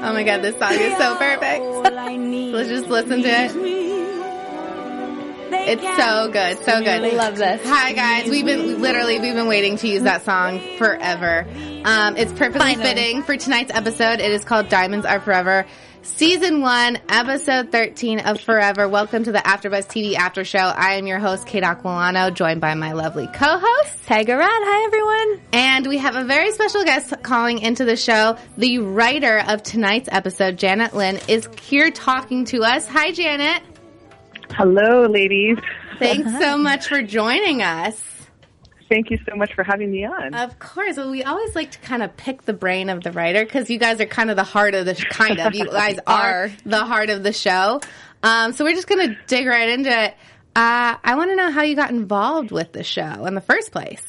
Oh my god, this song is so perfect. Let's Let's just listen to it. It's so good, so good. Love this. Hi guys, we've been literally we've been waiting to use that song forever. Um, it's perfectly Finally. fitting for tonight's episode. It is called "Diamonds Are Forever," season one, episode thirteen of Forever. Welcome to the AfterBuzz TV After Show. I am your host, Kate Aquilano, joined by my lovely co-host. Tiger Rat. Hi, everyone. And we have a very special guest calling into the show. The writer of tonight's episode, Janet Lynn, is here talking to us. Hi, Janet. Hello, ladies. Thanks Uh-huh. so much for joining us. Thank you so much for having me on. Of course. Well, we always like to kind of pick the brain of the writer because you guys are kind of the heart of the sh- kind of you guys are the heart of the show. Um, so we're just going to dig right into it. Uh, I want to know how you got involved with the show in the first place.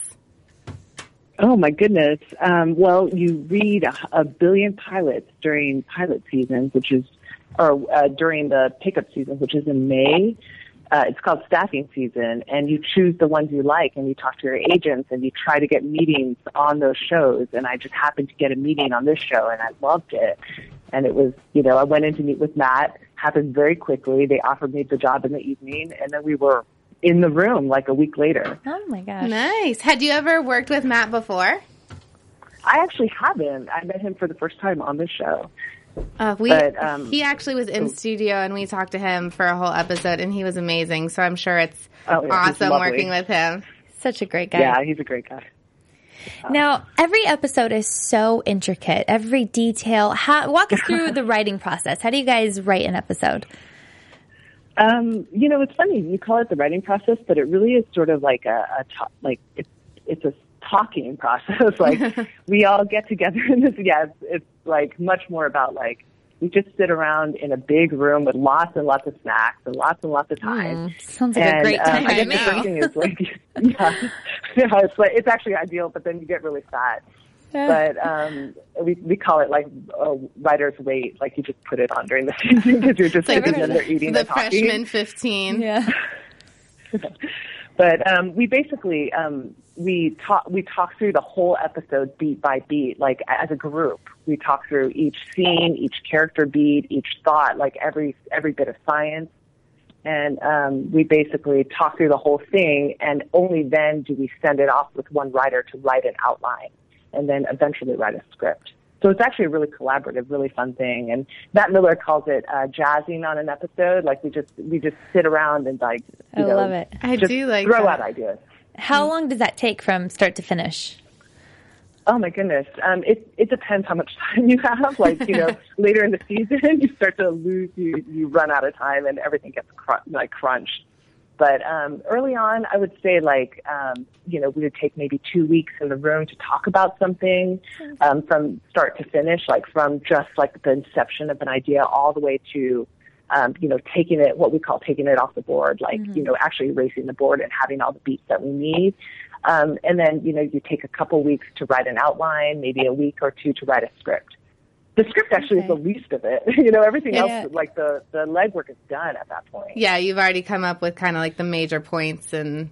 oh my goodness. Um, well, you read a, a billion pilots during pilot seasons, which is, or uh, during the pickup season, which is in May. Uh, it's called staffing season, and you choose the ones you like, and you talk to your agents, and you try to get meetings on those shows. And I just happened to get a meeting on this show, and I loved it. And it was, you know, I went in to meet with Matt. Happened very quickly. They offered me the job in the evening, and then we were in the room like a week later. Oh my gosh. Nice. Had you ever worked with Matt before? I actually haven't. I met him for the first time on this show. Uh, we But, um, he actually was in studio and we talked to him for a whole episode and he was amazing. So I'm sure it's Oh, yeah, he's awesome lovely. working with him. Such a great guy. Yeah, he's a great guy. Now, every episode is so intricate. Every detail. How, walk us through the writing process. How do you guys write an episode? Um, you know, it's funny. You call it the writing process, but it really is sort of like a, a ta- like it's it's a talking process. like we all get together in this. Yeah, it's, it's like much more about like we just sit around in a big room with lots and lots of snacks and lots and lots of time. Sounds like a And, great um, time I guess right the now. first thing is like, yeah, yeah, it's like it's actually ideal, but then you get really fat. But um, we we call it like a writer's weight. Like you just put it on during the season because you're just Like sitting there eating the and talking. freshman 15. Yeah. But um, we basically um, we talk we talk through the whole episode beat by beat, like as a group. We talk through each scene, each character beat, each thought, like every every bit of science, and um, we basically talk through the whole thing. And only then do we send it off with one writer to write an outline, and then eventually write a script. So it's actually a really collaborative, really fun thing. And Matt Miller calls it uh, jazzing on an episode. Like we just we just sit around and like you I know, mm. love it. I just do like throw that. out ideas. How long does that take from start to finish? Oh my goodness. Um, it it depends how much time you have. Like you know, later in the season, you start to lose you you run out of time and everything gets cr- like crunched. But um, early on, I would say like um, you know we would take maybe two weeks in the room to talk about something um, from start to finish, like from just like the inception of an idea all the way to um, you know taking it what we call taking it off the board, like you know actually erasing the board and having all the beats that we need. Um, and then you know you take a couple weeks to write an outline, maybe a week or two to write a script. The script actually is the least of it. you know everything Yeah, else, yeah. like the the legwork is done at that point. Yeah, you've already come up with kind of like the major points and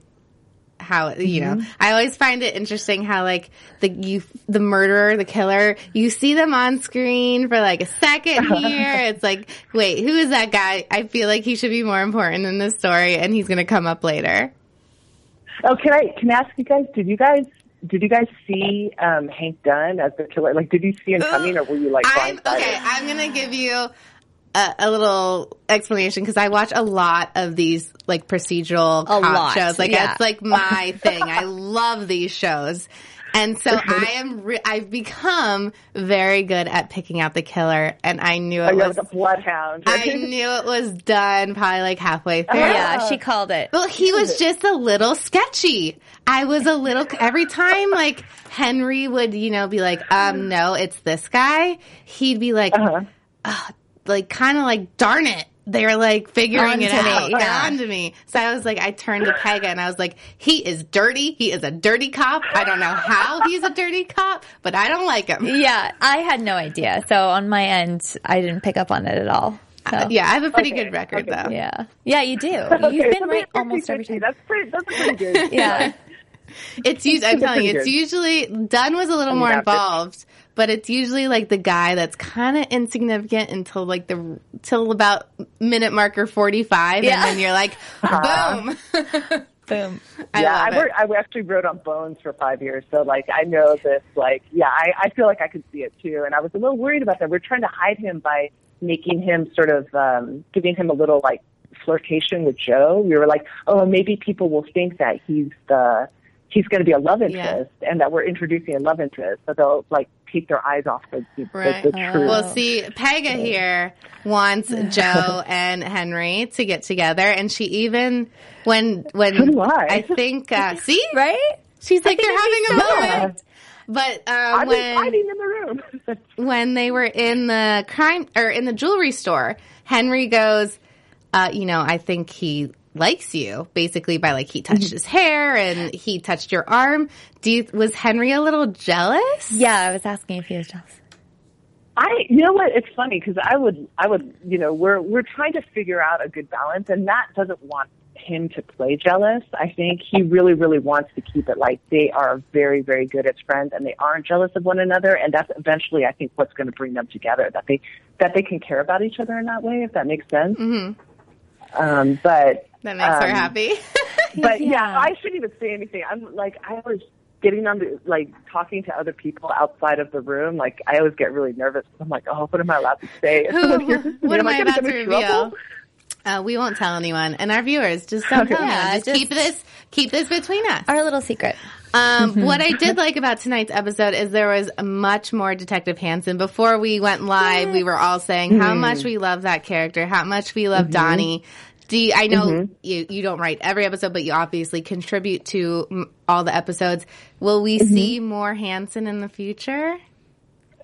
how you know. I always find it interesting how like the you the murderer, the killer, you see them on screen for like a second here. it's like, wait, who is that guy? I feel like he should be more important in this story, and he's going to come up later. Oh, can I can I ask you guys? Did you guys did you guys see um, Hank Dunn as the killer? Like, did you see him coming, or were you like I'm blindsided? okay. I'm gonna give you a, a little explanation because I watch a lot of these like procedural cop lot, shows. Like yeah. that's like my thing. I love these shows. And so I am. Re- I've become very good at picking out the killer, and I knew Oh, it you're was. like a bloodhound. I knew it was done probably like halfway Uh-huh. through. Yeah, she called it. Well, he was just a little sketchy. I was a little every time like Henry would, you know, be like, "Um, no, it's this guy." He'd be like, "Ah," like kind of like, "Darn it." They were like figuring On it to me, out yeah. on to me. So I was like, I turned to Pega and I was like, he is dirty. He is a dirty cop. I don't know how he's a dirty cop, but I don't like him. Yeah, I had no idea. So on my end, I didn't pick up on it at all. So, Uh, Yeah, I have a pretty Okay, good record okay. though. yeah, yeah, you do. Okay, You've so been right that's almost every 50-50. time. That's pretty. That's pretty good. Yeah, It's usually, I'm It's telling you, pretty it's good. usually, Dunn was a little more that's it. involved, but it's usually like the guy that's kind of insignificant until like the, till about minute marker 45. Yeah. And then you're like, boom. boom. I Uh-huh. yeah, love I, it. worked, I actually wrote on Bones for five years, so like I know this. Like, yeah, I, I feel like I could see it too, and I was a little worried about that. We're trying to hide him by making him sort of um, giving him a little like flirtation with Joe. We were like, oh, maybe people will think that he's the he's going to be a love interest, and that we're introducing a love interest, so they'll like take their eyes off the the, Right. the, the truth. Well, see, Pega here wants Joe and Henry to get together, and she even when when do I. I think uh, see Right? she's like they're having think a that'd be so moment. But um, I'm when hiding in the room. when they were in the crime or in the jewelry store, Henry goes, uh, you know, I think he likes you basically by like he touched his hair and he touched your arm. Do you, was Henry a little jealous? Yeah, I was asking if he was jealous. I, you know what? It's funny because I would, I would, you know, we're we're trying to figure out a good balance, and Matt doesn't want him to play jealous. I think he really, really wants to keep it like they are very, very good as friends, and they aren't jealous of one another, and that's eventually, I think, what's going to bring them together that they that they can care about each other in that way, if that makes sense. Um, but That makes her um, happy. but yeah. Yeah. I shouldn't even say anything. I'm like, I was getting on the, like, talking to other people outside of the room. Like, I always get really nervous. I'm like, oh, what am I allowed to say? If someone hears this, what am I gonna about to get in reveal? trouble? Uh, we won't tell anyone, and our viewers just don't tell Yeah, anyone. Just, just- keep this keep this between us. Our little secret. Mm-hmm. Um, what I did like about tonight's episode is there was much more Detective Hansen. Before we went live, we were all saying how Mm-hmm. much we love that character, how much we love Donnie. Do you- I know Mm-hmm. you, you don't write every episode, but you obviously contribute to mm, all the episodes. Will we Mm-hmm. see more Hansen in the future?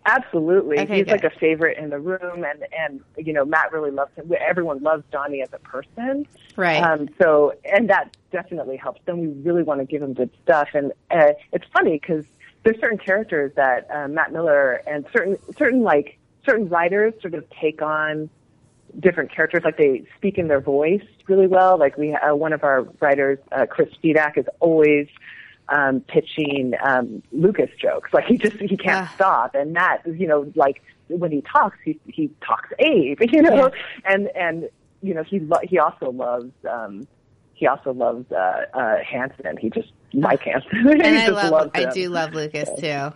Absolutely. Okay, He's good. like a favorite in the room and, and, you know, Matt really loves him. Everyone loves Donnie as a person. Right. Um, so, and that definitely helps. Then we really want to give him good stuff. And, uh, it's funny because there's certain characters that, uh, Matt Miller and certain, certain like, certain writers sort of take on different characters. Like they speak in their voice really well. Like we, uh, one of our writers, uh, Chris Fedak, is always um, pitching um, Lucas jokes. Like he just he can't Ah. stop. And that you know, like when he talks, he he talks Abe. You know, and and you know he lo- he also loves. Um, he also loves uh, uh, Hanson. He just like Hanson. he and I just love loves I him. do love Lucas too.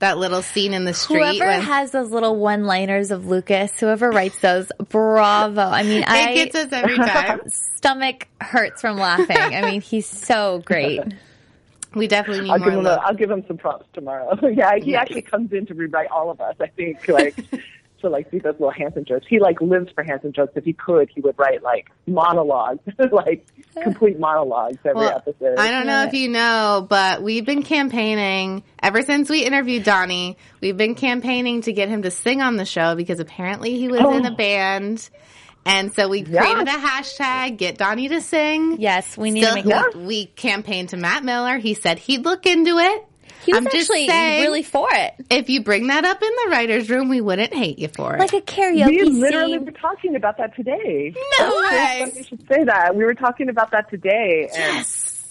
That little scene in the street. Whoever when- has those little one-liners of Lucas, whoever writes those, bravo! I mean, I it gets us every time. stomach hurts from laughing. I mean, he's so great. We definitely need I'll more. give him. A, love. I'll give him some props tomorrow. yeah, he actually comes in to rewrite all of us. I think like to like do those little Hanson jokes. He like lives for Hanson jokes. If he could, he would write like monologues, like complete monologues every Well, episode. I don't know if you know, but we've been campaigning ever since we interviewed Donnie. We've been campaigning to get him to sing on the show because apparently he was in a Oh. band. And so we created a hashtag, get Donnie to sing. Yes, we need Still, to make. Yeah. we campaigned to Matt Miller. He said he'd look into it. He was I'm just actually saying- really for it, If you bring that up in the writer's room, we wouldn't hate you for it. like a karaoke we literally scene. were talking about that today. no It's funny You should say that. We were talking about that today. And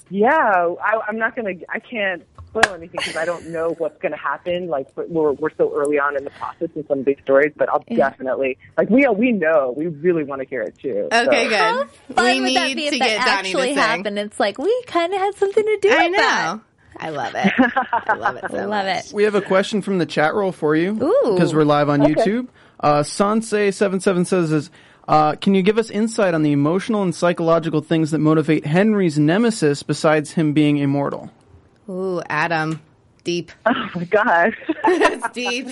Yeah, I, I'm not gonna. I can't spoil anything because I don't know what's gonna happen. Like but we're we're so early on in the process in some of these stories, but I'll definitely like we we know we really want to hear it too. so. Okay, good. How fun we would need that be to if get that Donnie to actually sing. happened? It's like we kind of had something to do I with that. know. I love it. I love it. So Love much. it. We have a question from the chat roll for you Ooh. because we're live on YouTube. Uh, Sanse77 says, is, uh, "Can you give us insight on the emotional and psychological things that motivate Henry's nemesis besides him being immortal?" Ooh, Adam. Deep. Oh my gosh. That's deep.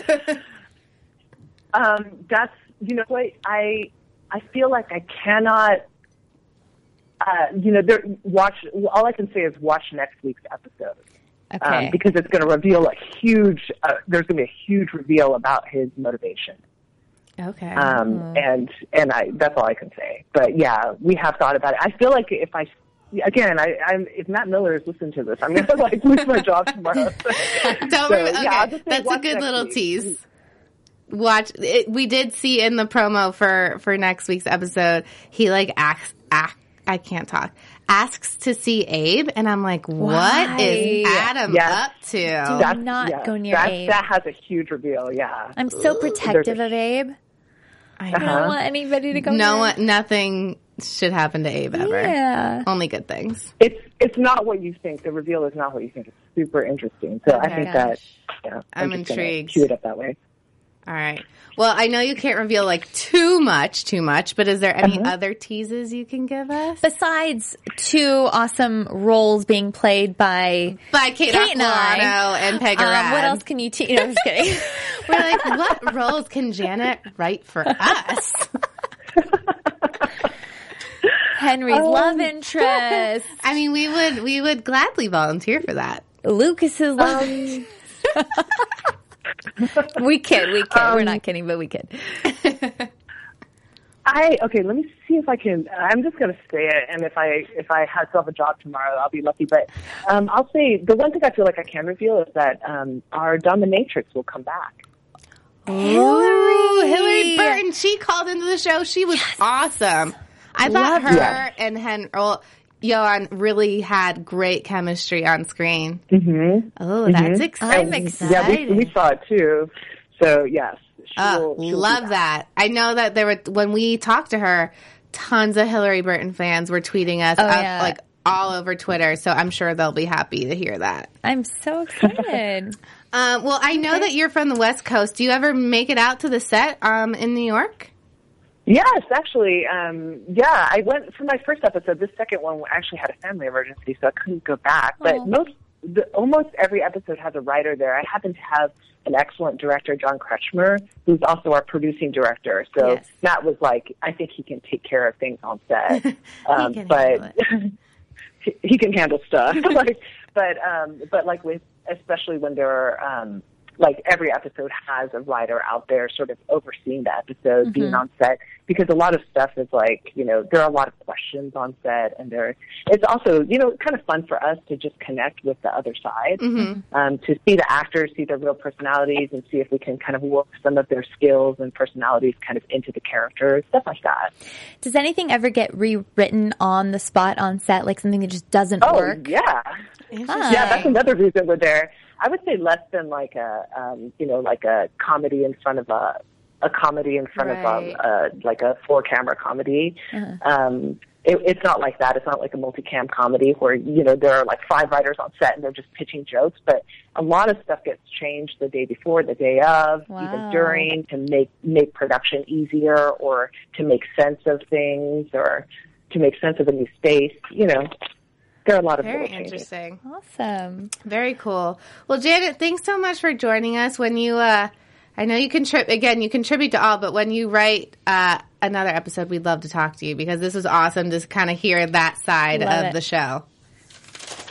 um, that's you know what I I feel like I cannot. Uh, you know, there, watch. All I can say is watch next week's episode Okay. um, because it's going to reveal a huge. Uh, there's going to be a huge reveal about his motivation, okay. um, and and I that's all I can say. But yeah, we have thought about it. I feel like if I again, I, I'm if Matt Miller is listening to this, I'm going to like lose my job tomorrow. Don't So, rem- yeah, okay, I'll just say that's a watch good next little week. tease. Watch. It, we did see in the promo for for next week's episode, he like acts. Act, I can't talk. Asks to see Abe, and I'm like, what Why? is Adam Yes. up to? Do not go near that, Abe. That has a huge reveal. Yeah. I'm so protective of Abe. I I Uh-huh. don't want anybody to go No near one, nothing should happen to Abe ever. Yeah. Only good things. It's it's not what you think. The reveal is not what you think. It's super interesting. So I think that yeah, I'm just gonna intrigued. Cue it up that way. All right. Well, I know you can't reveal like too much, too much, but is there any other teases you can give us? Besides two awesome roles being played by By Kate, Kate and I, Aquilano and Peg um, what Arad. else can you teach? No, I'm just kidding. We're like, what roles can Janet write for us? Henry's love interest, I mean, we would we would gladly volunteer for that. Lucas's love. we kid, we kid. We're not kidding, but we kid. I okay. Let me see if I can. I'm just gonna say it, and if I if I have still have a job tomorrow, I'll be lucky. But um, I'll say the one thing I feel like I can reveal is that um, our dominatrix will come back. Hillary, Hillary Burton. She called into the show. She was awesome. I thought her her. and Hen well, Johan really had great chemistry on screen. Mm-hmm. Oh, that's exciting. I'm excited. Yeah, we, we saw it too. So yes, she Oh, will, she will be love back. that. I know that there were when we talked to her, tons of Hillary Burton fans were tweeting us up, yeah. like all over Twitter. So I'm sure they'll be happy to hear that. I'm so excited. Um, well, I know that you're from the West Coast. Do you ever make it out to the set um, in New York? Yes, actually, um, yeah. I went for my first episode. This second one actually had a family emergency, so I couldn't go back. But most, the, almost every episode has a writer there. I happen to have an excellent director, John Kretschmer, who's also our producing director. So Yes. Matt was like, I think he can take care of things on set, um, can handle but he- he can handle stuff. like, but um, but like with especially when there are. Um, like every episode has a writer out there sort of overseeing the episode, Mm-hmm. being on set, because a lot of stuff is like, you know, there are a lot of questions on set and there, it's also, you know, kind of fun for us to just connect with the other side, Mm-hmm. um, to see the actors, see their real personalities and see if we can kind of work some of their skills and personalities kind of into the characters, stuff like that. Does anything ever get rewritten on the spot on set, like something that just doesn't Oh, work? yeah. Hi. Yeah, that's another reason we're there. I would say less than like a, um, you know, like a comedy in front of a, a comedy in front Right. of um, uh, like a four camera comedy. Um, it, it's not like that. It's not like a multi cam comedy where you know there are like five writers on set and they're just pitching jokes. But a lot of stuff gets changed the day before, the day of, Wow. even during to make make production easier or to make sense of things or to make sense of a new space. You know, there are a lot of Very little changes. interesting. Awesome. Very cool. Well, Janet, thanks so much for joining us. When you, uh, I know you contribute again, you contribute to all, but when you write uh, another episode, we'd love to talk to you because this was awesome to kind of hear that side Love of it. the show.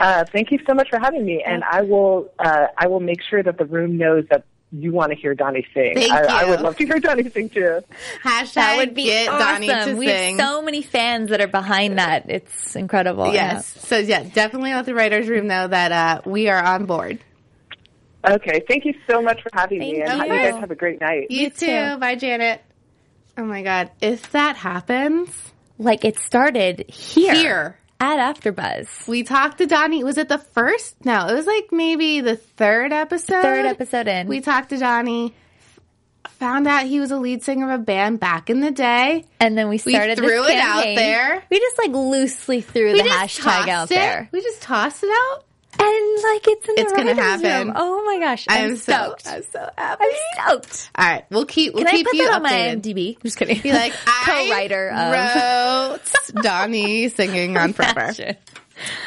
Uh, thank you so much for having me, and I will uh, I will make sure that the room knows that you want to hear Donnie sing. Thank I, I you. would love to hear Donnie sing too. Hashtag That would be get awesome. Donnie to we sing. have so many fans that are behind that. It's incredible. yes. So yeah, definitely let the writers' room know that uh, we are on board. Okay, thank you so much for having me, Thank and you. you guys have a great night. You too. too. Bye, Janet. Oh my God! If that happens Like it started here, here. at AfterBuzz. We talked to Donnie. Was it the first? No, it was like maybe the third episode. Third episode in. We talked to Donnie. f- Found out he was a lead singer of a band back in the day. and then we started threw this it out campaign. there. We just like loosely threw We the just hashtag tossed out it. there. We just tossed it out. And like it's in the It's gonna writers' happen. room. Oh my gosh. I I'm, am so- stoked. I'm so happy. I'm stoked. All right, we'll keep. We'll Can I keep put you that on my updated. IMDb? I'm just kidding. Be like, I co-writer of wrote Donnie singing on Forever. Fashion.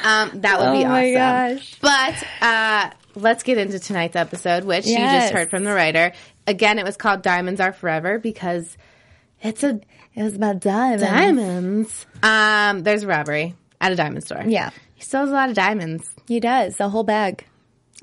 Um, that would be awesome. Oh my gosh. But uh, let's get into tonight's episode, which you Yes. just heard from the writer. Again, it was called Diamonds Are Forever because it's a It was about diamonds. diamonds. Um, there's a robbery at a diamond store. Yeah. He sells a lot of diamonds. He does the whole bag.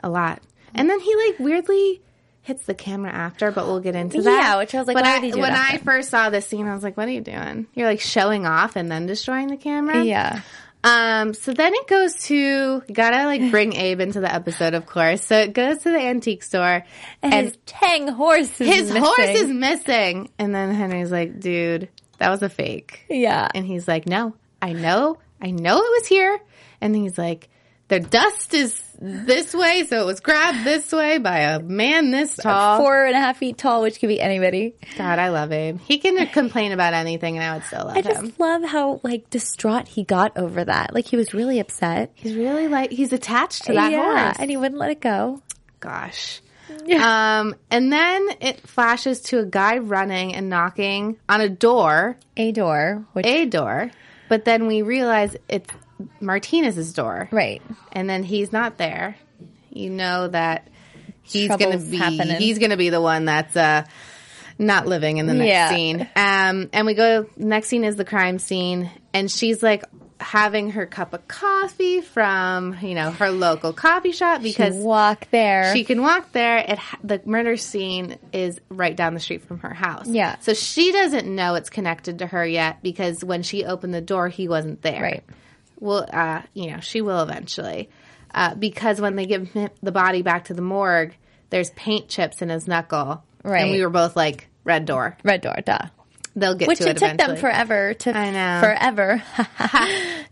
A lot. And then he like weirdly hits the camera after, but we'll get into that. Yeah, which I was like, but why I, would he do when that I then? first saw this scene, I was like, what are you doing? You're like showing off and then destroying the camera. Yeah. Um, so then it goes to gotta like bring Abe into the episode, of course. So it goes to the antique store and, And his tang horse is his missing. horse is missing. And then Henry's like, dude, that was a fake. Yeah. And he's like, no, I know, I know it was here. And he's like, the dust is this way, so it was grabbed this way by a man this tall. Four and a half feet tall, which could be anybody. God, I love him. He can complain about anything, and I would still love I him. just love how like distraught he got over that. Like he was really upset. He's really like he's attached to that yeah, horse. and he wouldn't let it go. Gosh. Um, and then it flashes to a guy running and knocking on a door, A door, which a door, but then we realize it's Martinez's door. right. and then he's not there, you know that he's going Trouble's to be happening. he's going to be the one that's uh, not living in the next Yeah. scene. Um, and we go next scene is the crime scene, and she's like having her cup of coffee from you know her local coffee shop To because. She walk there. can walk there. It ha- the murder scene is right down the street from her house. Yeah. So she doesn't know it's connected to her yet because when she opened the door, he wasn't there right. will uh you know she will eventually uh because when they give him the body back to the morgue there's paint chips in his knuckle Right. and we were both like red door Red door, duh. they'll get Which to it, it, took them eventually. forever to I know. forever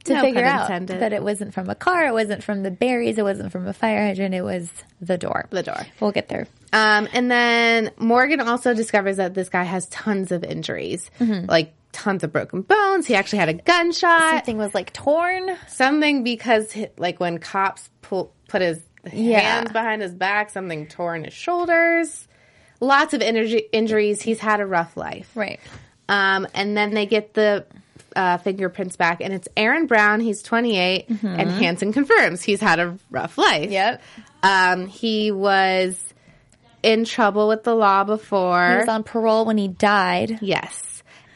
to No figure pun out intended. that it wasn't from a car, it wasn't from the berries, it wasn't from a fire hydrant, it was the door. The door. We'll get there. um and then morgan also discovers that this guy has tons of injuries Mm-hmm. like tons of broken bones he actually had a gunshot Something was like torn. something because hi- like when cops pull, put his Yeah. hands behind his back something tore in his shoulders lots of energy injuries he's had a rough life Right. Um, and then they get the uh, fingerprints back, and it's Aaron Brown. He's 28, and Hanson confirms he's had a rough life. Mm-hmm. Yep. Um, he was in trouble with the law before. He was on parole when he died. yes.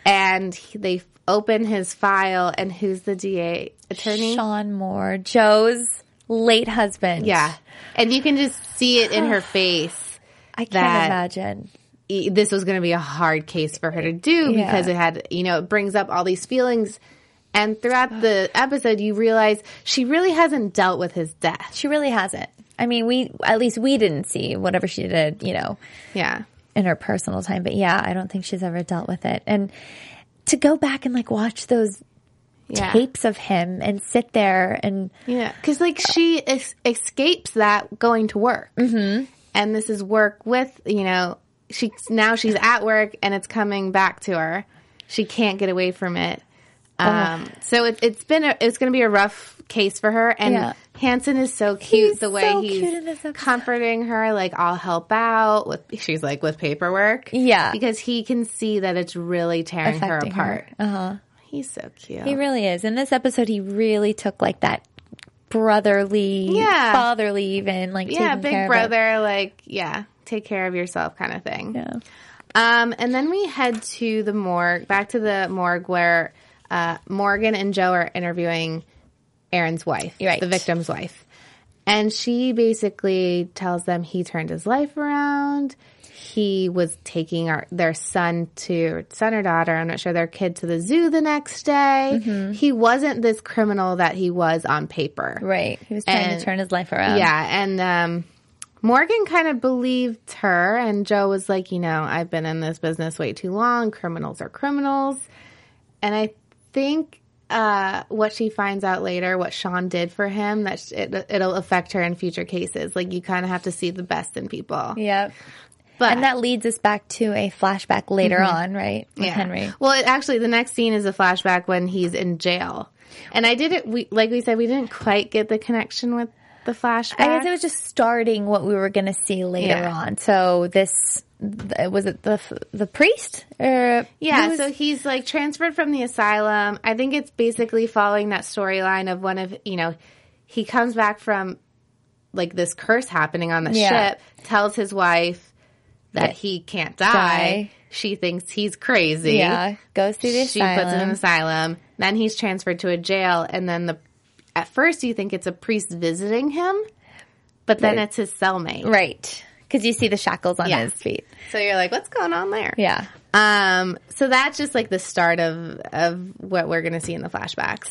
And he, they f- open his file, and who's the DA attorney? Sean Moore, Joe's late husband. Yeah. And you can just see it in her face. I can't That- imagine. e- this was going to be a hard case for her to do Yeah. because it had, you know, it brings up all these feelings. And throughout the episode, you realize she really hasn't dealt with his death. She really hasn't. I mean, we at least we didn't see whatever she did, you know, Yeah. in her personal time. But yeah, I don't think she's ever dealt with it. And to go back and like watch those Yeah. tapes of him and sit there and Yeah. Because, like, she es- escapes that going to work. Mm-hmm. And this is work with, you know, she now she's at work and it's coming back to her. She can't get away from it. Oh. Um, So it, it's been a, it's going to be a rough case for her. And Yeah. Hanson is so cute He's the way so he's cute in this episode. comforting her, like I'll help out with. She's like with paperwork, Yeah. because he can see that it's really tearing affecting her apart. Uh huh. He's so cute. He really is. In this episode, he really took like that brotherly, Yeah. fatherly, even like yeah, taking care big of it. brother, like yeah, take care of yourself, kind of thing. Yeah. Um, and then we head to the morgue, back to the morgue where uh, Morgan and Joe are interviewing Aaron's wife, Right. the victim's wife. And she basically tells them he turned his life around. He was taking our, their son to son or daughter, I'm not sure, their kid to the zoo the next day. He wasn't this criminal that he was on paper. Mm-hmm. Right. He was trying And- to turn his life around. Yeah, and um, Morgan kind of believed her, and Joe was like, you know, I've been in this business way too long. Criminals are criminals, and I think uh, what she finds out later, what Sean did for him, that sh- it, it'll affect her in future cases. Like you kind of have to see the best in people. Yep. But And that leads us back to a flashback later on, right? With Yeah. Henry. Well, it, actually, the next scene is a flashback when he's in jail, and I didn't. We like we said, we didn't quite get the connection with the flashback. I guess it was just starting what we were going to see later Yeah. on. So this th- was it the f- the priest or Yeah, who was- so he's like transferred from the asylum. I think it's basically following that storyline of one of, you know, he comes back from like this curse happening on the Yeah. ship, tells his wife that he can't die. Die. She thinks he's crazy. Yeah, goes through the She asylum. puts him in an asylum. Then he's transferred to a jail, and then the at first you think it's a priest visiting him, but then it's his cellmate. right, because you see the shackles on Yeah. his feet. So you're like, what's going on there? Yeah, Um, so that's just like the start of of what we're gonna see in the flashbacks.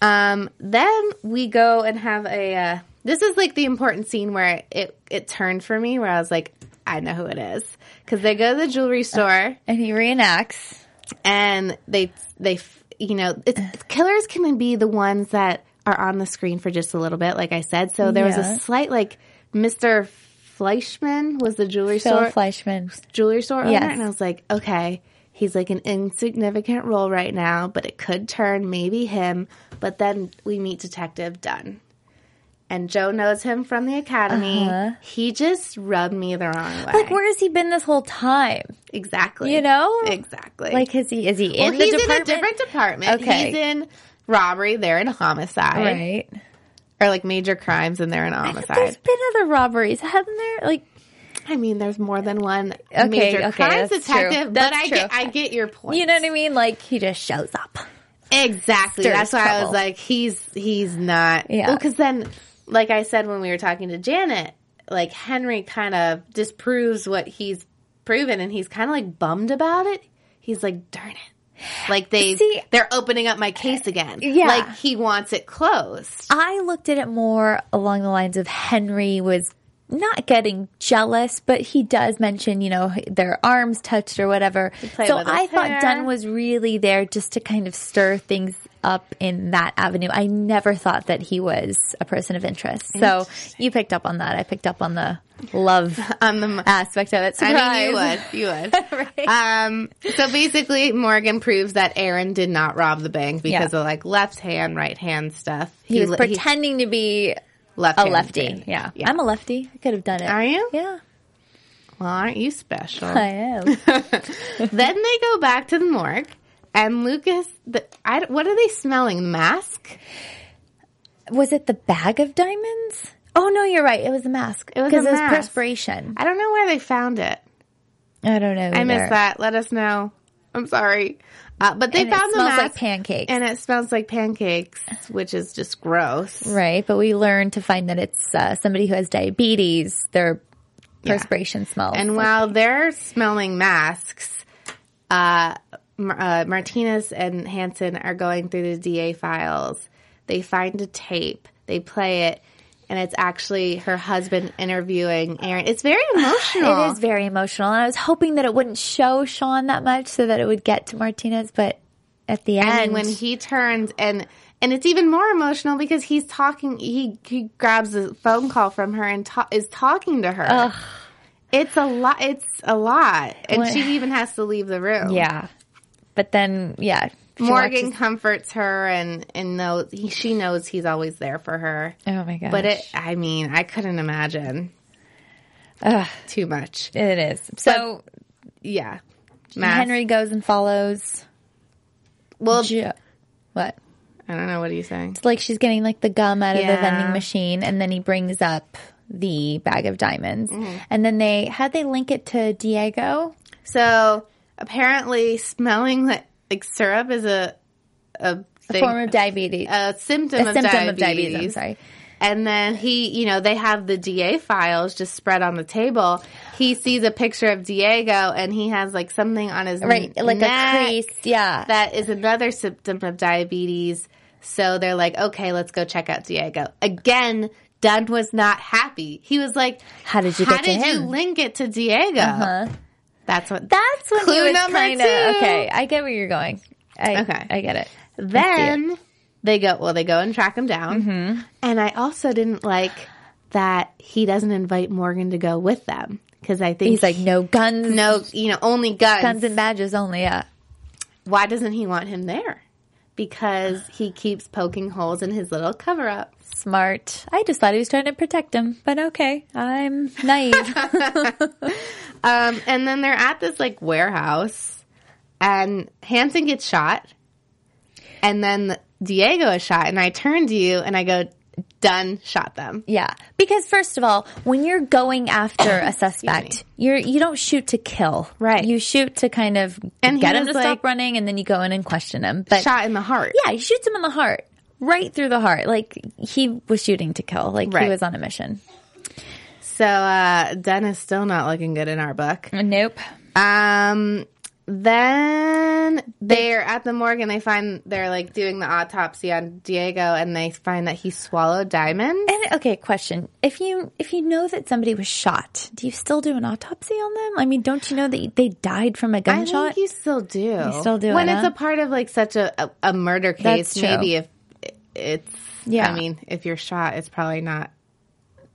Um, then we go and have a. Uh, this is like the important scene where it it turned for me, where I was like, I know who it is, because they go to the jewelry store and he reenacts. and they they f- you know it's, it's- killers can be the ones that are on the screen for just a little bit, like I said. So there was Yeah. a slight like Mister Fleischman was the jewelry Phil store Fleischman. jewelry store owner, Yes. and I was like, okay, he's like an insignificant role right now, but it could turn maybe him. But then we meet Detective Dunn, and Joe knows him from the academy. He just rubbed me the wrong way. Uh-huh. Like, where has he been this whole time? exactly, You know? exactly. Like, is he is he well, in he's in a the department? different department. Okay. He's in robbery. They're in homicide, right. or like major crimes, and they're in There's homicide. been other robberies, haven't there? Like, I mean, there's more than one Okay, major okay, crimes that's true. detective, but That's I true. get I get your point. you know what I mean? Like, he just shows up. Exactly. stirs That's why I trouble. was like, he's he's not. Yeah. because then, like I said when we were talking to Janet, like Henry kind of disproves what he's proven, and he's kind of like bummed about it. He's like, darn it. Like they See- uh, they're opening up my case again. Yeah. Like he wants it closed. I looked at it more along the lines of Henry was not getting jealous, but he does mention, you know, their arms touched or whatever. played So with I his thought hair. Dunn was really there just to kind of stir things up in that avenue. I never thought that he was a person of interest. So you picked up on that. I picked up on the love On the aspect of it. I Surprise. mean, you would, you would. Right. Um, so basically, Morgan proves that Aaron did not rob the bank because Yeah. of like left hand, right hand stuff. He was le- pretending to be a left-handed. lefty. Yeah. Yeah. I'm a lefty. I could have done it. Are you? Yeah. Well, aren't you special? I am. then they go back to the morgue, and Lucas, the, I, don't- what are they smelling? Mask? was it the bag of diamonds? Oh no, you're right. It was a mask. It was a it was mask. perspiration. I don't know where they found it. I don't know. I either. missed that. Let us know. I'm sorry, uh, but they And it found the smells mask like pancakes. and it smells like pancakes, which is just gross. Right, but we learned to find that it's uh, somebody who has diabetes. Their perspiration smells. And like- while they're smelling masks, uh, Mar- uh, Martinez and Hanson are going through the DA files. They find a tape, they play it, and it's actually her husband interviewing Aaron. It's very emotional. it is very emotional, and I was hoping that it wouldn't show Sean that much, so that it would get to Martinez. But at the end, And when he turns and and it's even more emotional because he's talking. He, he grabs a phone call from her and ta- is talking to her. It's a lot. It's a lot, and Well- she even has to leave the room. yeah, but then yeah, she Morgan watches- comforts her and and knows he, she knows he's always there for her. oh my god, But it, I mean, I couldn't imagine. Too much. it is so. Yeah. Mask. Henry goes and follows. Well, Jo- what? I don't know. What are you saying? like she's getting like the gum out of the Yeah. vending machine and then he brings up the bag of diamonds and then they how'd they link it to diego So apparently, smelling like, like syrup is a a, a thing, form of diabetes a symptom, a of, symptom diabetes. Uh, of diabetes i'm sorry And then he, you know, they have the DA files just spread on the table. He sees a picture of Diego, and he has like something on his right like neck. a crease yeah that is another symptom of diabetes. So they're like, okay, let's go check out Diego. Again, Dunn was not happy. He was like, How did you how get to did you him? Uh-huh. link it to Diego? That's what. that's when Clue he was number kind of two. okay i get where you're going I, Okay. i get it then they go. Well, they go and track him down. Mm-hmm. And I also didn't like that he doesn't invite Morgan to go with them because I think he's like no guns no, you know, only guns. guns and badges only yeah Why doesn't he want him there? Because he keeps poking holes in his little cover up. smart i just thought he was trying to protect him but okay i'm naive Um, and then they're at this like warehouse, and Hanson gets shot, and then Diego is shot. And I turn to you and I go, done, shot them. Yeah, because first of all, when you're going after a suspect, you're you don't shoot to kill, Right. You shoot to kind of And get he him to was stop like- running, and then you go in and question him. But Shot in the heart. yeah, he shoots him in the heart, right through the heart. Like he was shooting to kill. Like he Right. was on a mission. So uh, Dunn is still not looking good in our book. Nope. Um, then they're at the morgue and they find they're like doing the autopsy on Diego and they find that he swallowed diamonds. And okay, question: If you if you know that somebody was shot, do you still do an autopsy on them? I mean, don't you know that they died from a I gunshot? think you still do. You still do when it, it's huh? a part of like such a a, a murder That's case. true. Maybe if it's Yeah. I mean, if you're shot, it's probably not.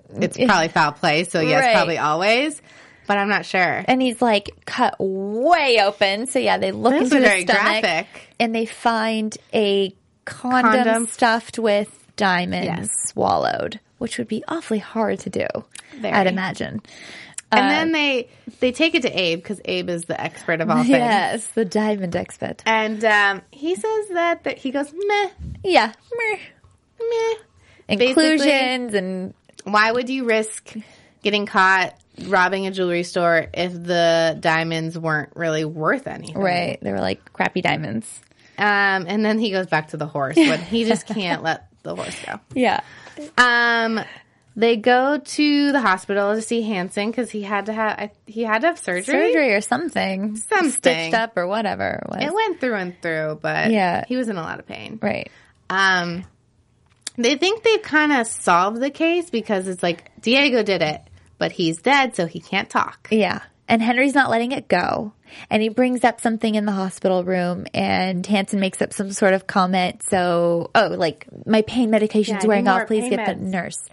It's probably foul play. So yes, Right. probably always. But I'm not sure. and he's like cut way open. So yeah, they look Those into are the very stomach graphic. and they find a condom, Condom. stuffed with diamonds Yes. swallowed, which would be awfully hard to do. I'd Very. imagine. Uh, and then they they take it to Abe because Abe is the expert of all things. Yes, the diamond expert. And um, he says that, that he goes meh Yeah, Meh. meh. inclusions and Why would you risk getting caught robbing a jewelry store if the diamonds weren't really worth anything? right. They were like crappy diamonds. Um, and then he goes back to the horse, but he just can't let the horse go. Yeah. Um, they go to the hospital to see Hanson because he had to have I- he had to have surgery. surgery or something. Something. Stitched up or whatever it was. It went through and through, but Yeah. he was in a lot of pain. right. Um, they think they've kind of solved the case because it's like Diego did it, but he's dead, so he can't talk. Yeah. And Henry's not letting it go. And he brings up something in the hospital room and Hanson makes up some sort of comment. So, oh, like my pain medication's I need wearing more off. Please pain get the meds. nurse.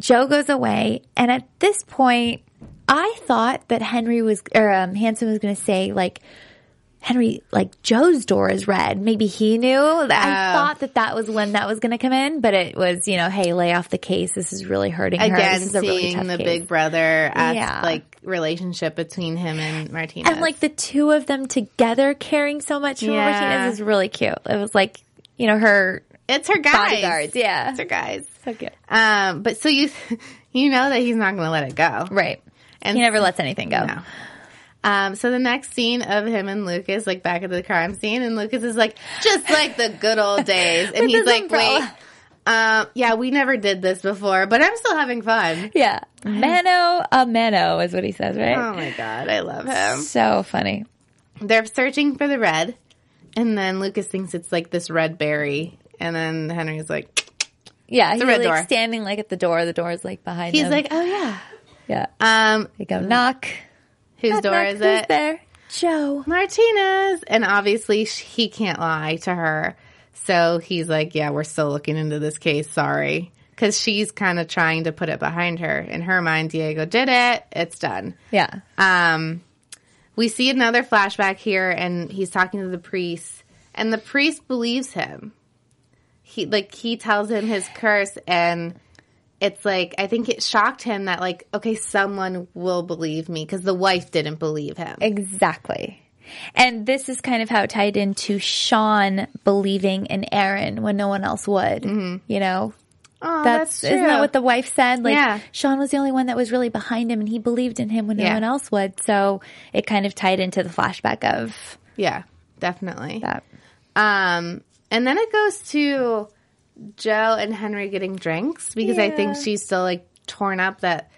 Joe goes away. And at this point, I thought that Henry was, or um, Hanson was going to say like, Henry, like Joe's door is red. Maybe he knew. I Oh. thought that that was when that was going to come in, but it was, you know, hey, lay off the case. This is really hurting her. Again, This is a seeing really tough the case." Big Brother as Yeah. like relationship between him and Martinez, And like the two of them together carrying so much for Yeah. Martinez is really cute. It was like, you know, her it's her guys, bodyguards. Yeah. it's her guys. So cute. Um, but so you you know that he's not going to let it go, Right. And he never lets anything go. No. Um, so the next scene of him and Lucas, like back at the crime scene, and Lucas is like, just like the good old days, and With he's his like, wait, umbrella. um, yeah, we never did this before, but I'm still having fun. Yeah. Mano a mano is what he says, Oh right? my god, I love him. So funny. They're searching for the red, and then Lucas thinks it's like this red berry, and then Henry's like, Yeah. He's a red like door. standing like at the door. The door's like behind he's him. like, oh yeah, yeah. um, They go knock. whose knock, door knock, is who's it? there? Joe. Martinez. And obviously, sh he can't lie to her. So he's like, Yeah, we're still looking into this case. Sorry. Because she's kind of trying to put it behind her. In her mind, Diego did it. It's done. Yeah. Um, we see another flashback here, and he's talking to the priest, and the priest believes him. He like he tells him his curse, and it's like I think it shocked him that like okay, someone will believe me because the wife didn't believe him. Exactly. And this is kind of how it tied into Sean believing in Aaron when no one else would. You know, Oh, Mm-hmm. that's, isn't that what the wife said? Like Yeah. Sean was the only one that was really behind him, and he believed in him when no Yeah. one else would. So it kind of tied into the flashback of Yeah, definitely. that. Um, and then it goes to Joe and Henry getting drinks because I think she's still like torn up that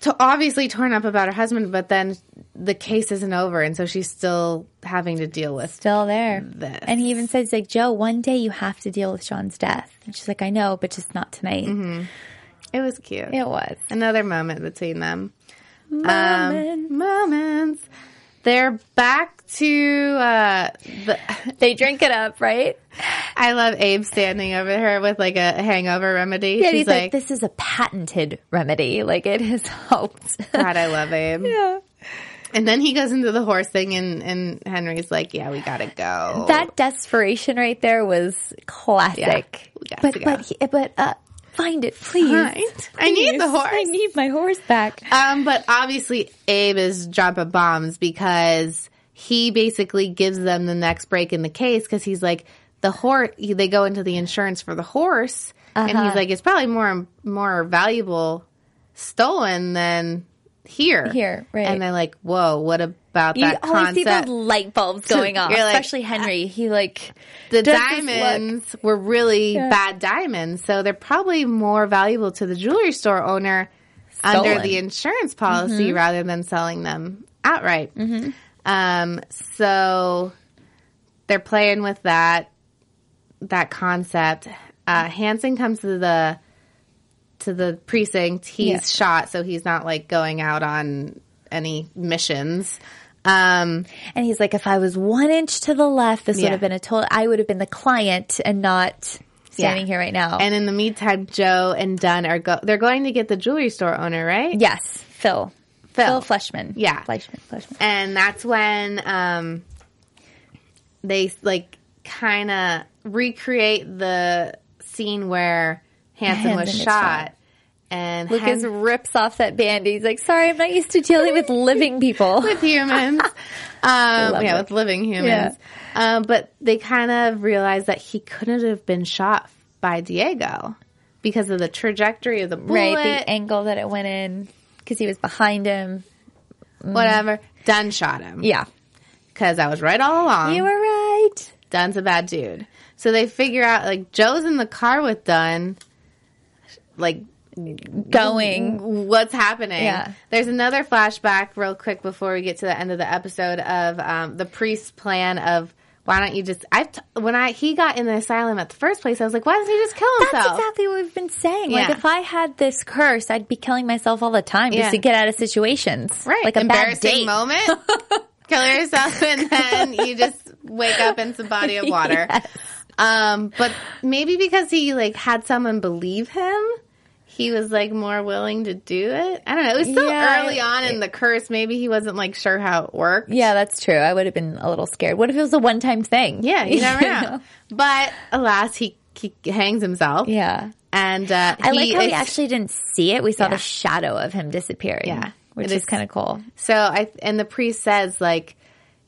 to obviously torn up about her husband, but then the case isn't over, and so she's still having to deal with. Still there. This. And he even says, like, Joe, one day you have to deal with Sean's death. And she's like, I know, but just not tonight. It was cute. It was. Another moment between them. Um, moments. They're back to uh, the. They drink it up, right? I love Abe standing over her with like a hangover remedy. She's Yeah, and he's like, this is a patented remedy. Like, it has helped. God, I love Abe. Yeah. And then he goes into the horse thing, and, and Henry's like, "Yeah, we gotta go." That desperation right there was classic. we got but to go. but he, but uh, find it, please. Right. I need Please. the horse. I need my horse back. um, but obviously Abe is dropping bombs because he basically gives them the next break in the case because he's like the horse. They go into the insurance for the horse, and Uh-huh. he's like, it's probably more more valuable stolen than here. Here, right. And they're like, whoa, what about You that always see concept? the light bulbs going off, you're like, especially Henry. He like the does this look. diamonds were really Yeah. bad diamonds, so they're probably more valuable to the jewelry store owner under Stolen. Mm-hmm. the insurance policy rather than selling them outright. Um, so they're playing with that that concept. Uh, Hansen comes to the to the precinct. He's Yeah. shot, so he's not like going out on any missions. Um, And he's like, if I was one inch to the left, this Yeah. would have been a total. I would have been the client and not standing Yeah. here right now. And in the meantime, Joe and Dunn are go- they're going to get the jewelry store owner, right? yes, Phil, Phil. Phil Fleshman. Yeah. Fleshman. Fleshman. And that's when um, they like kind of recreate the scene where Hanson was Hanson gets shot. shot. And Lucas Hen- rips off that band. He's like, sorry, I'm not used to dealing with living people. with humans. Um, love yeah, it. with living humans. Um, but they kind of realized that he couldn't have been shot by Diego because of the trajectory of the bullet. right, the angle that it went in because he was behind him. whatever. Dunn shot him. Yeah, Because I was right all along. you were right. Dun's a bad dude. So they figure out like Joe's in the car with Dunn, like Going. what's happening. Yeah. There's another flashback real quick before we get to the end of the episode of um, the priest's plan of why don't you just I t- when I he got in the asylum at the first place I was like why doesn't he just kill That's himself? exactly what we've been saying. Yeah. Like, if I had this curse, I'd be killing myself all the time Yeah. just to get out of situations. right. Like a bad embarrassing date. moment. kill yourself and then you just wake up in some body of water. Yes. Um, but maybe because he like had someone believe him, he was like more willing to do it. I don't know. It was so Yeah, early on in the curse. Maybe he wasn't like sure how it worked. Yeah, that's true. I would have been a little scared. What if it was a one time thing? Yeah, you never You know. know? But alas, he, he hangs himself. Yeah. and uh, I like how we is- actually didn't see it. We saw Yeah. the shadow of him disappearing. Yeah. Which It is is- kind of cool. So I and the priest says like,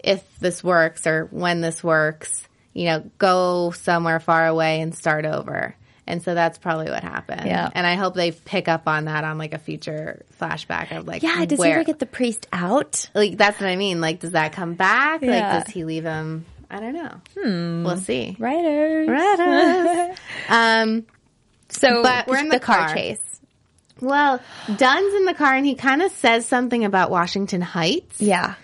if this works or when this works, you know, go somewhere far away and start over. And so that's probably what happened. Yeah. And I hope they pick up on that on like a future flashback of like, Yeah, does where, he ever get the priest out? like that's what I mean. Like, does that come back? Yeah. Like, does he leave him? I don't know. Hmm. We'll see. Writer. Right. um. So But we're in the car. car. chase. Well, Dunn's in the car and he kind of says something about Washington Heights. Yeah.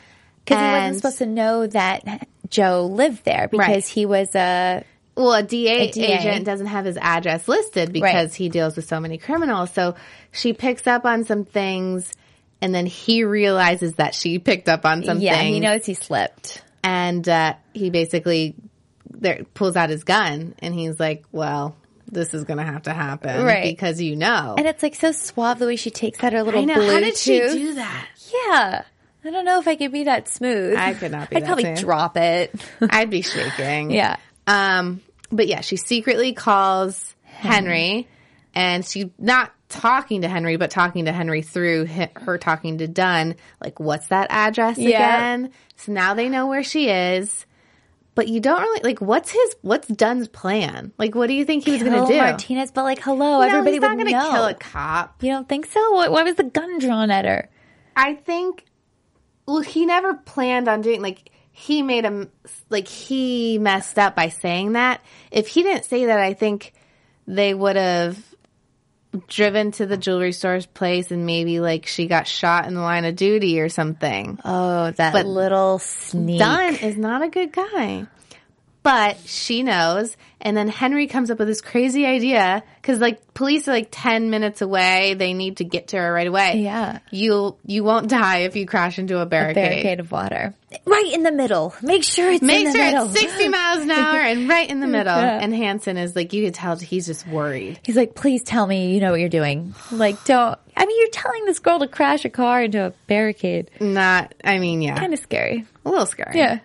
Because he And- wasn't supposed to know that Joe lived there because Right. he was a. Well, a DA, A DA. agent doesn't have his address listed because Right. he deals with so many criminals. So she picks up on some things and then he realizes that she picked up on something. Yeah, he knows he slipped. And uh, he basically there, pulls out his gun and he's like, well, this is going to have to happen. Right. Because you know. And it's like so suave the way she takes out her little I know. How did she Bluetooth. do that? Yeah. I don't know if I could be that smooth. I could not be I'd that probably smooth. drop it. I'd be shaking. yeah. Um, but yeah, she secretly calls Henry, and she's not talking to Henry, but talking to Henry through hi- her talking to Dunn. Like, what's that address Yeah. again? So now they know where she is. But you don't really like what's his what's Dunn's plan? Like, what do you think he was going Hello, to do? Martinez, but like, hello, No, everybody he's not would gonna know. kill a cop. You don't think so? Why, why was the gun drawn at her? I think. Well, he never planned on doing like he made him like he messed up by saying that. If he didn't say that, I think they would have driven to the jewelry store's place and maybe like she got shot in the line of duty or something. Oh, that But little sneak. Dunn is not a good guy. But she knows, and then Henry comes up with this crazy idea because, like, police are like ten minutes away. They need to get to her right away. Yeah. you'll you won't die if you crash into a barricade. Barricade of water. Right in the middle. Make sure it's Make in the sure middle. it's sixty miles an hour and right in the middle. Yeah. And Hanson is like, you can tell he's just worried. He's like, please tell me you know what you're doing. Like, don't. I mean, you're telling this girl to crash a car into a barricade. Mm. Not, I mean, yeah, Kind of scary. a little scary. Yeah.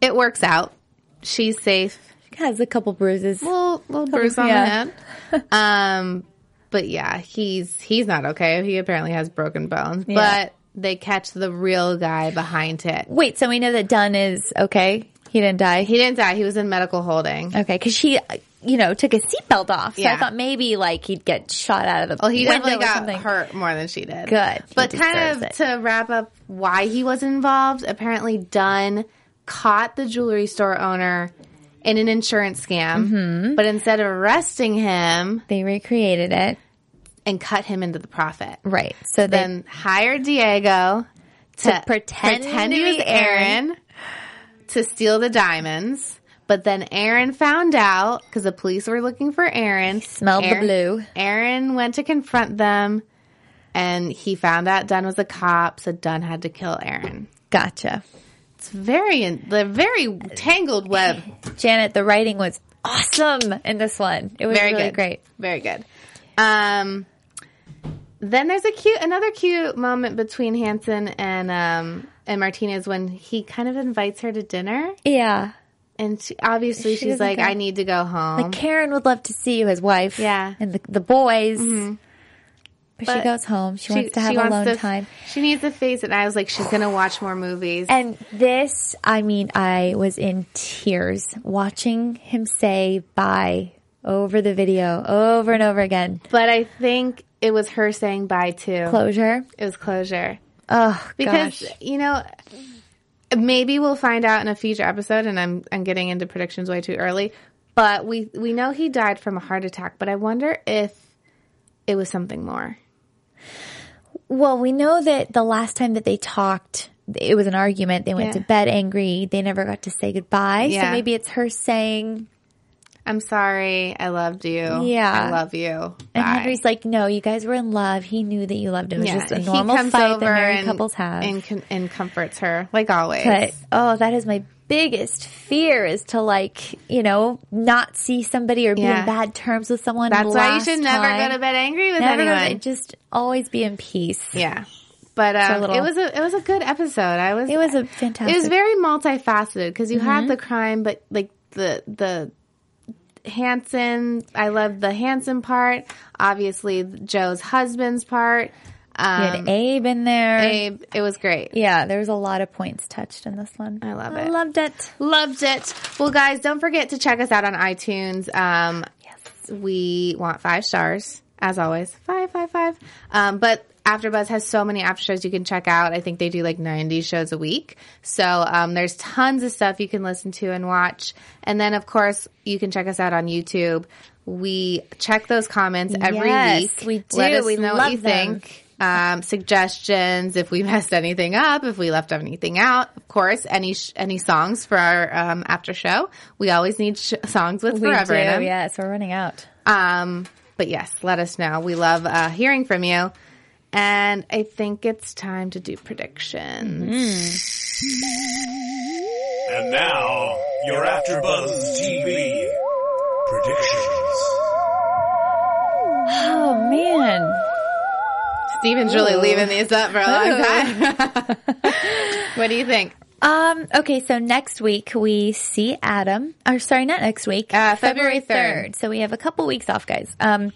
it works out. She's safe. Has a couple bruises. Little little bruise on yeah. the head. Um, but yeah, he's he's not okay. He apparently has broken bones. Yeah. But they catch the real guy behind it. Wait, so we know that Dunn is okay. He didn't die. He didn't die. He was in medical holding. Okay, because she you know, took his seatbelt off. So I Yeah. thought maybe like he'd get shot out of the Well, he window definitely or got something. hurt more than she did. Good. He But kind of deserves to wrap up why he was involved, apparently Dunn caught the jewelry store owner in an insurance scam, Mm-hmm. but instead of arresting him They recreated it. and cut him into the profit, Right. So then then hired Diego to, pretend pretend to he was be Aaron to steal the diamonds. But then Aaron found out because the police were looking for Aaron. smelled the Aaron- blue. Aaron went to confront them, and he found out Dunn was a cop, so Dunn had to kill Aaron. gotcha. It's very the very tangled web. Janet, the writing was awesome in this one. It was Very really good. great. Very good. Um, then there's a cute, another cute moment between Hanson and um, and Martinez when he kind of invites her to dinner, Yeah. and she, obviously She she's doesn't like, go. "I need to go home." Like Karen would love to see you, his wife. Yeah. Mm-hmm. And the, the boys. But, she But goes home. She, wants to have alone to- time. She needs a face, and I was like, "She's gonna watch more movies." And this, I mean, I was in tears watching him say bye over the video over and over again. But I think it was her saying bye too. Closure. It was closure. Oh, Because gosh. you know maybe we'll find out in a future episode and I'm I'm getting into predictions way too early, but we we know he died from a heart attack, but I wonder if it was something more. Well, we know that the last time that they talked, it was an argument. They went Yeah. to bed angry. They never got to say goodbye. So Yeah. maybe it's her saying, I'm sorry. I loved you. Yeah. I love you. and Bye. Henry's like, no, you guys were in love. He knew that you loved him. It was Yeah, just a he normal comes fight that over married and- couples have. and con- and comforts her like always. but oh, that is my biggest fear is to like, you know, not see somebody or be Yeah. in bad terms with someone. That's why you last should never time. go to bed angry with Never go to anyone. bed. Just always be in peace. Yeah. But a um, little- it was a it was a good episode. I was It was a it was fantastic. Mm-hmm. very multifaceted because you had the crime, but like the the Hanson. I loved the Hanson part. Obviously, Joe's husband's part. you Um, had Abe in there. Abe. It was great. Yeah, there was a lot of points touched in this one. I love I it. loved it. Loved it. Well, guys, don't forget to check us out on iTunes. Um, yes. We want five stars, as always. Five, five, five. Um, but AfterBuzz has so many after shows you can check out. I think they do like 90 shows a week. So um, there's tons of stuff you can listen to and watch. And then, of course, you can check us out on YouTube. We check those comments every Yes, week. we do. Let us We know love what you them. think um, suggestions if we messed anything up, if we left anything out. Of course, any sh- any songs for our um, after show. We always need sh- songs with forever we in do, 'em. yes, we're running out. Um, but yes, let us know. We love uh, hearing from you. And I think it's time to do predictions. Hmm. And now, your AfterBuzz TV predictions. Oh man. Steven's really leaving these up for a long time. what do you think? Um, okay, so next week we see Adam. Or sorry, not next week. Uh, February 3rd. So we have a couple weeks off, guys. Um,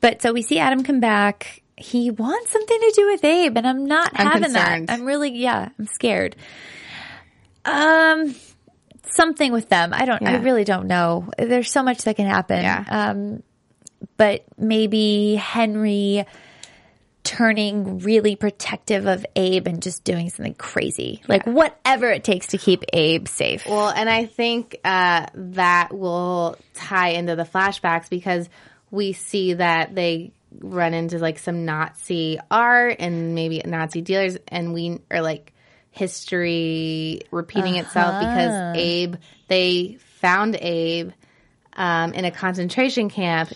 but so we see Adam come back. He wants something to do with Abe, and I'm not I'm having concerned. that. I'm really, yeah, I'm scared. Um, something with them. I don't. I Yeah. really don't know. There's so much that can happen. Yeah. Um, but maybe Henry turning really protective of Abe and just doing something crazy, like whatever it takes to keep Abe safe. Well, and I think uh, that will tie into the flashbacks because we see that they run into like some Nazi art and maybe Nazi dealers, and we are like history repeating itself because Abe, they found Abe. Um, in a concentration camp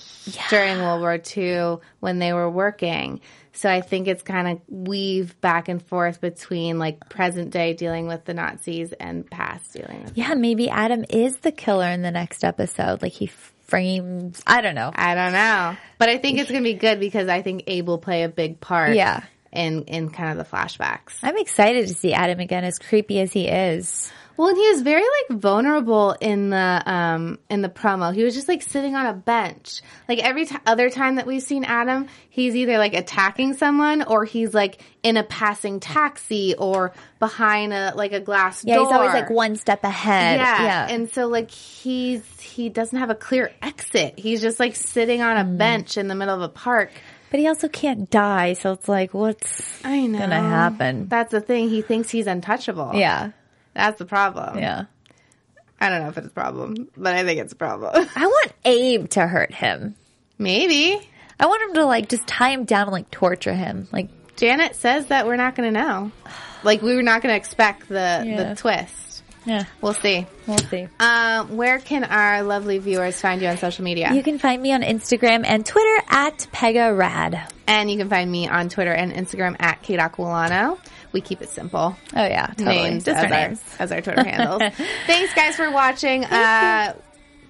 during World War II when they were working. So I think it's kind of weave back and forth between like present day dealing with the Nazis and past dealing with yeah, maybe Adam is the killer in the next episode. Like he frames. I don't know. I don't know, but I think it's gonna be good because I think Abe will play a big part. Yeah. In in kind of the flashbacks. I'm excited to see Adam again, as creepy as he is. Well, and he was very like vulnerable in the um in the promo. He was just like sitting on a bench. Like every t- other time that we've seen Adam, he's either like attacking someone or he's like in a passing taxi or behind a like a glass Yeah, door. he's always like one step ahead. Yeah. And so like he's he doesn't have a clear exit. He's just like sitting on Mm. a bench in the middle of a park. but he also can't die, so it's like, what's I know. gonna happen? That's the thing. He thinks he's untouchable. yeah, That's the problem. yeah. I don't know if it's a problem, but I think it's a problem. I want Abe to hurt him. Maybe. I want him to like just tie him down and like torture him. Like, Janet says that we're not going to know. Like we were not going to expect the Yeah. the twist. yeah, We'll see. we'll see. Um, where can our lovely viewers find you on social media? You can find me on Instagram and Twitter at Pega Rad. and you can find me on Twitter and Instagram at kdakwilano. We keep it simple. Oh yeah, totally. names, Just as, our names. Our, as our Twitter handles. Thanks, guys, for watching. Uh,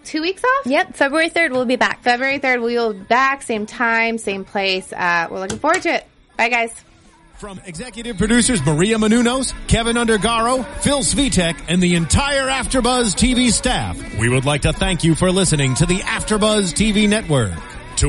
two weeks off? Yep, February third we'll be back. February 3rd, we will be back. Same time, same place. Uh, we're looking forward to it. Bye, guys. From executive producers Maria Manunos, Kevin Undergaro, Phil Svitek, and the entire AfterBuzz TV staff, we would like to thank you for listening to the AfterBuzz TV network. To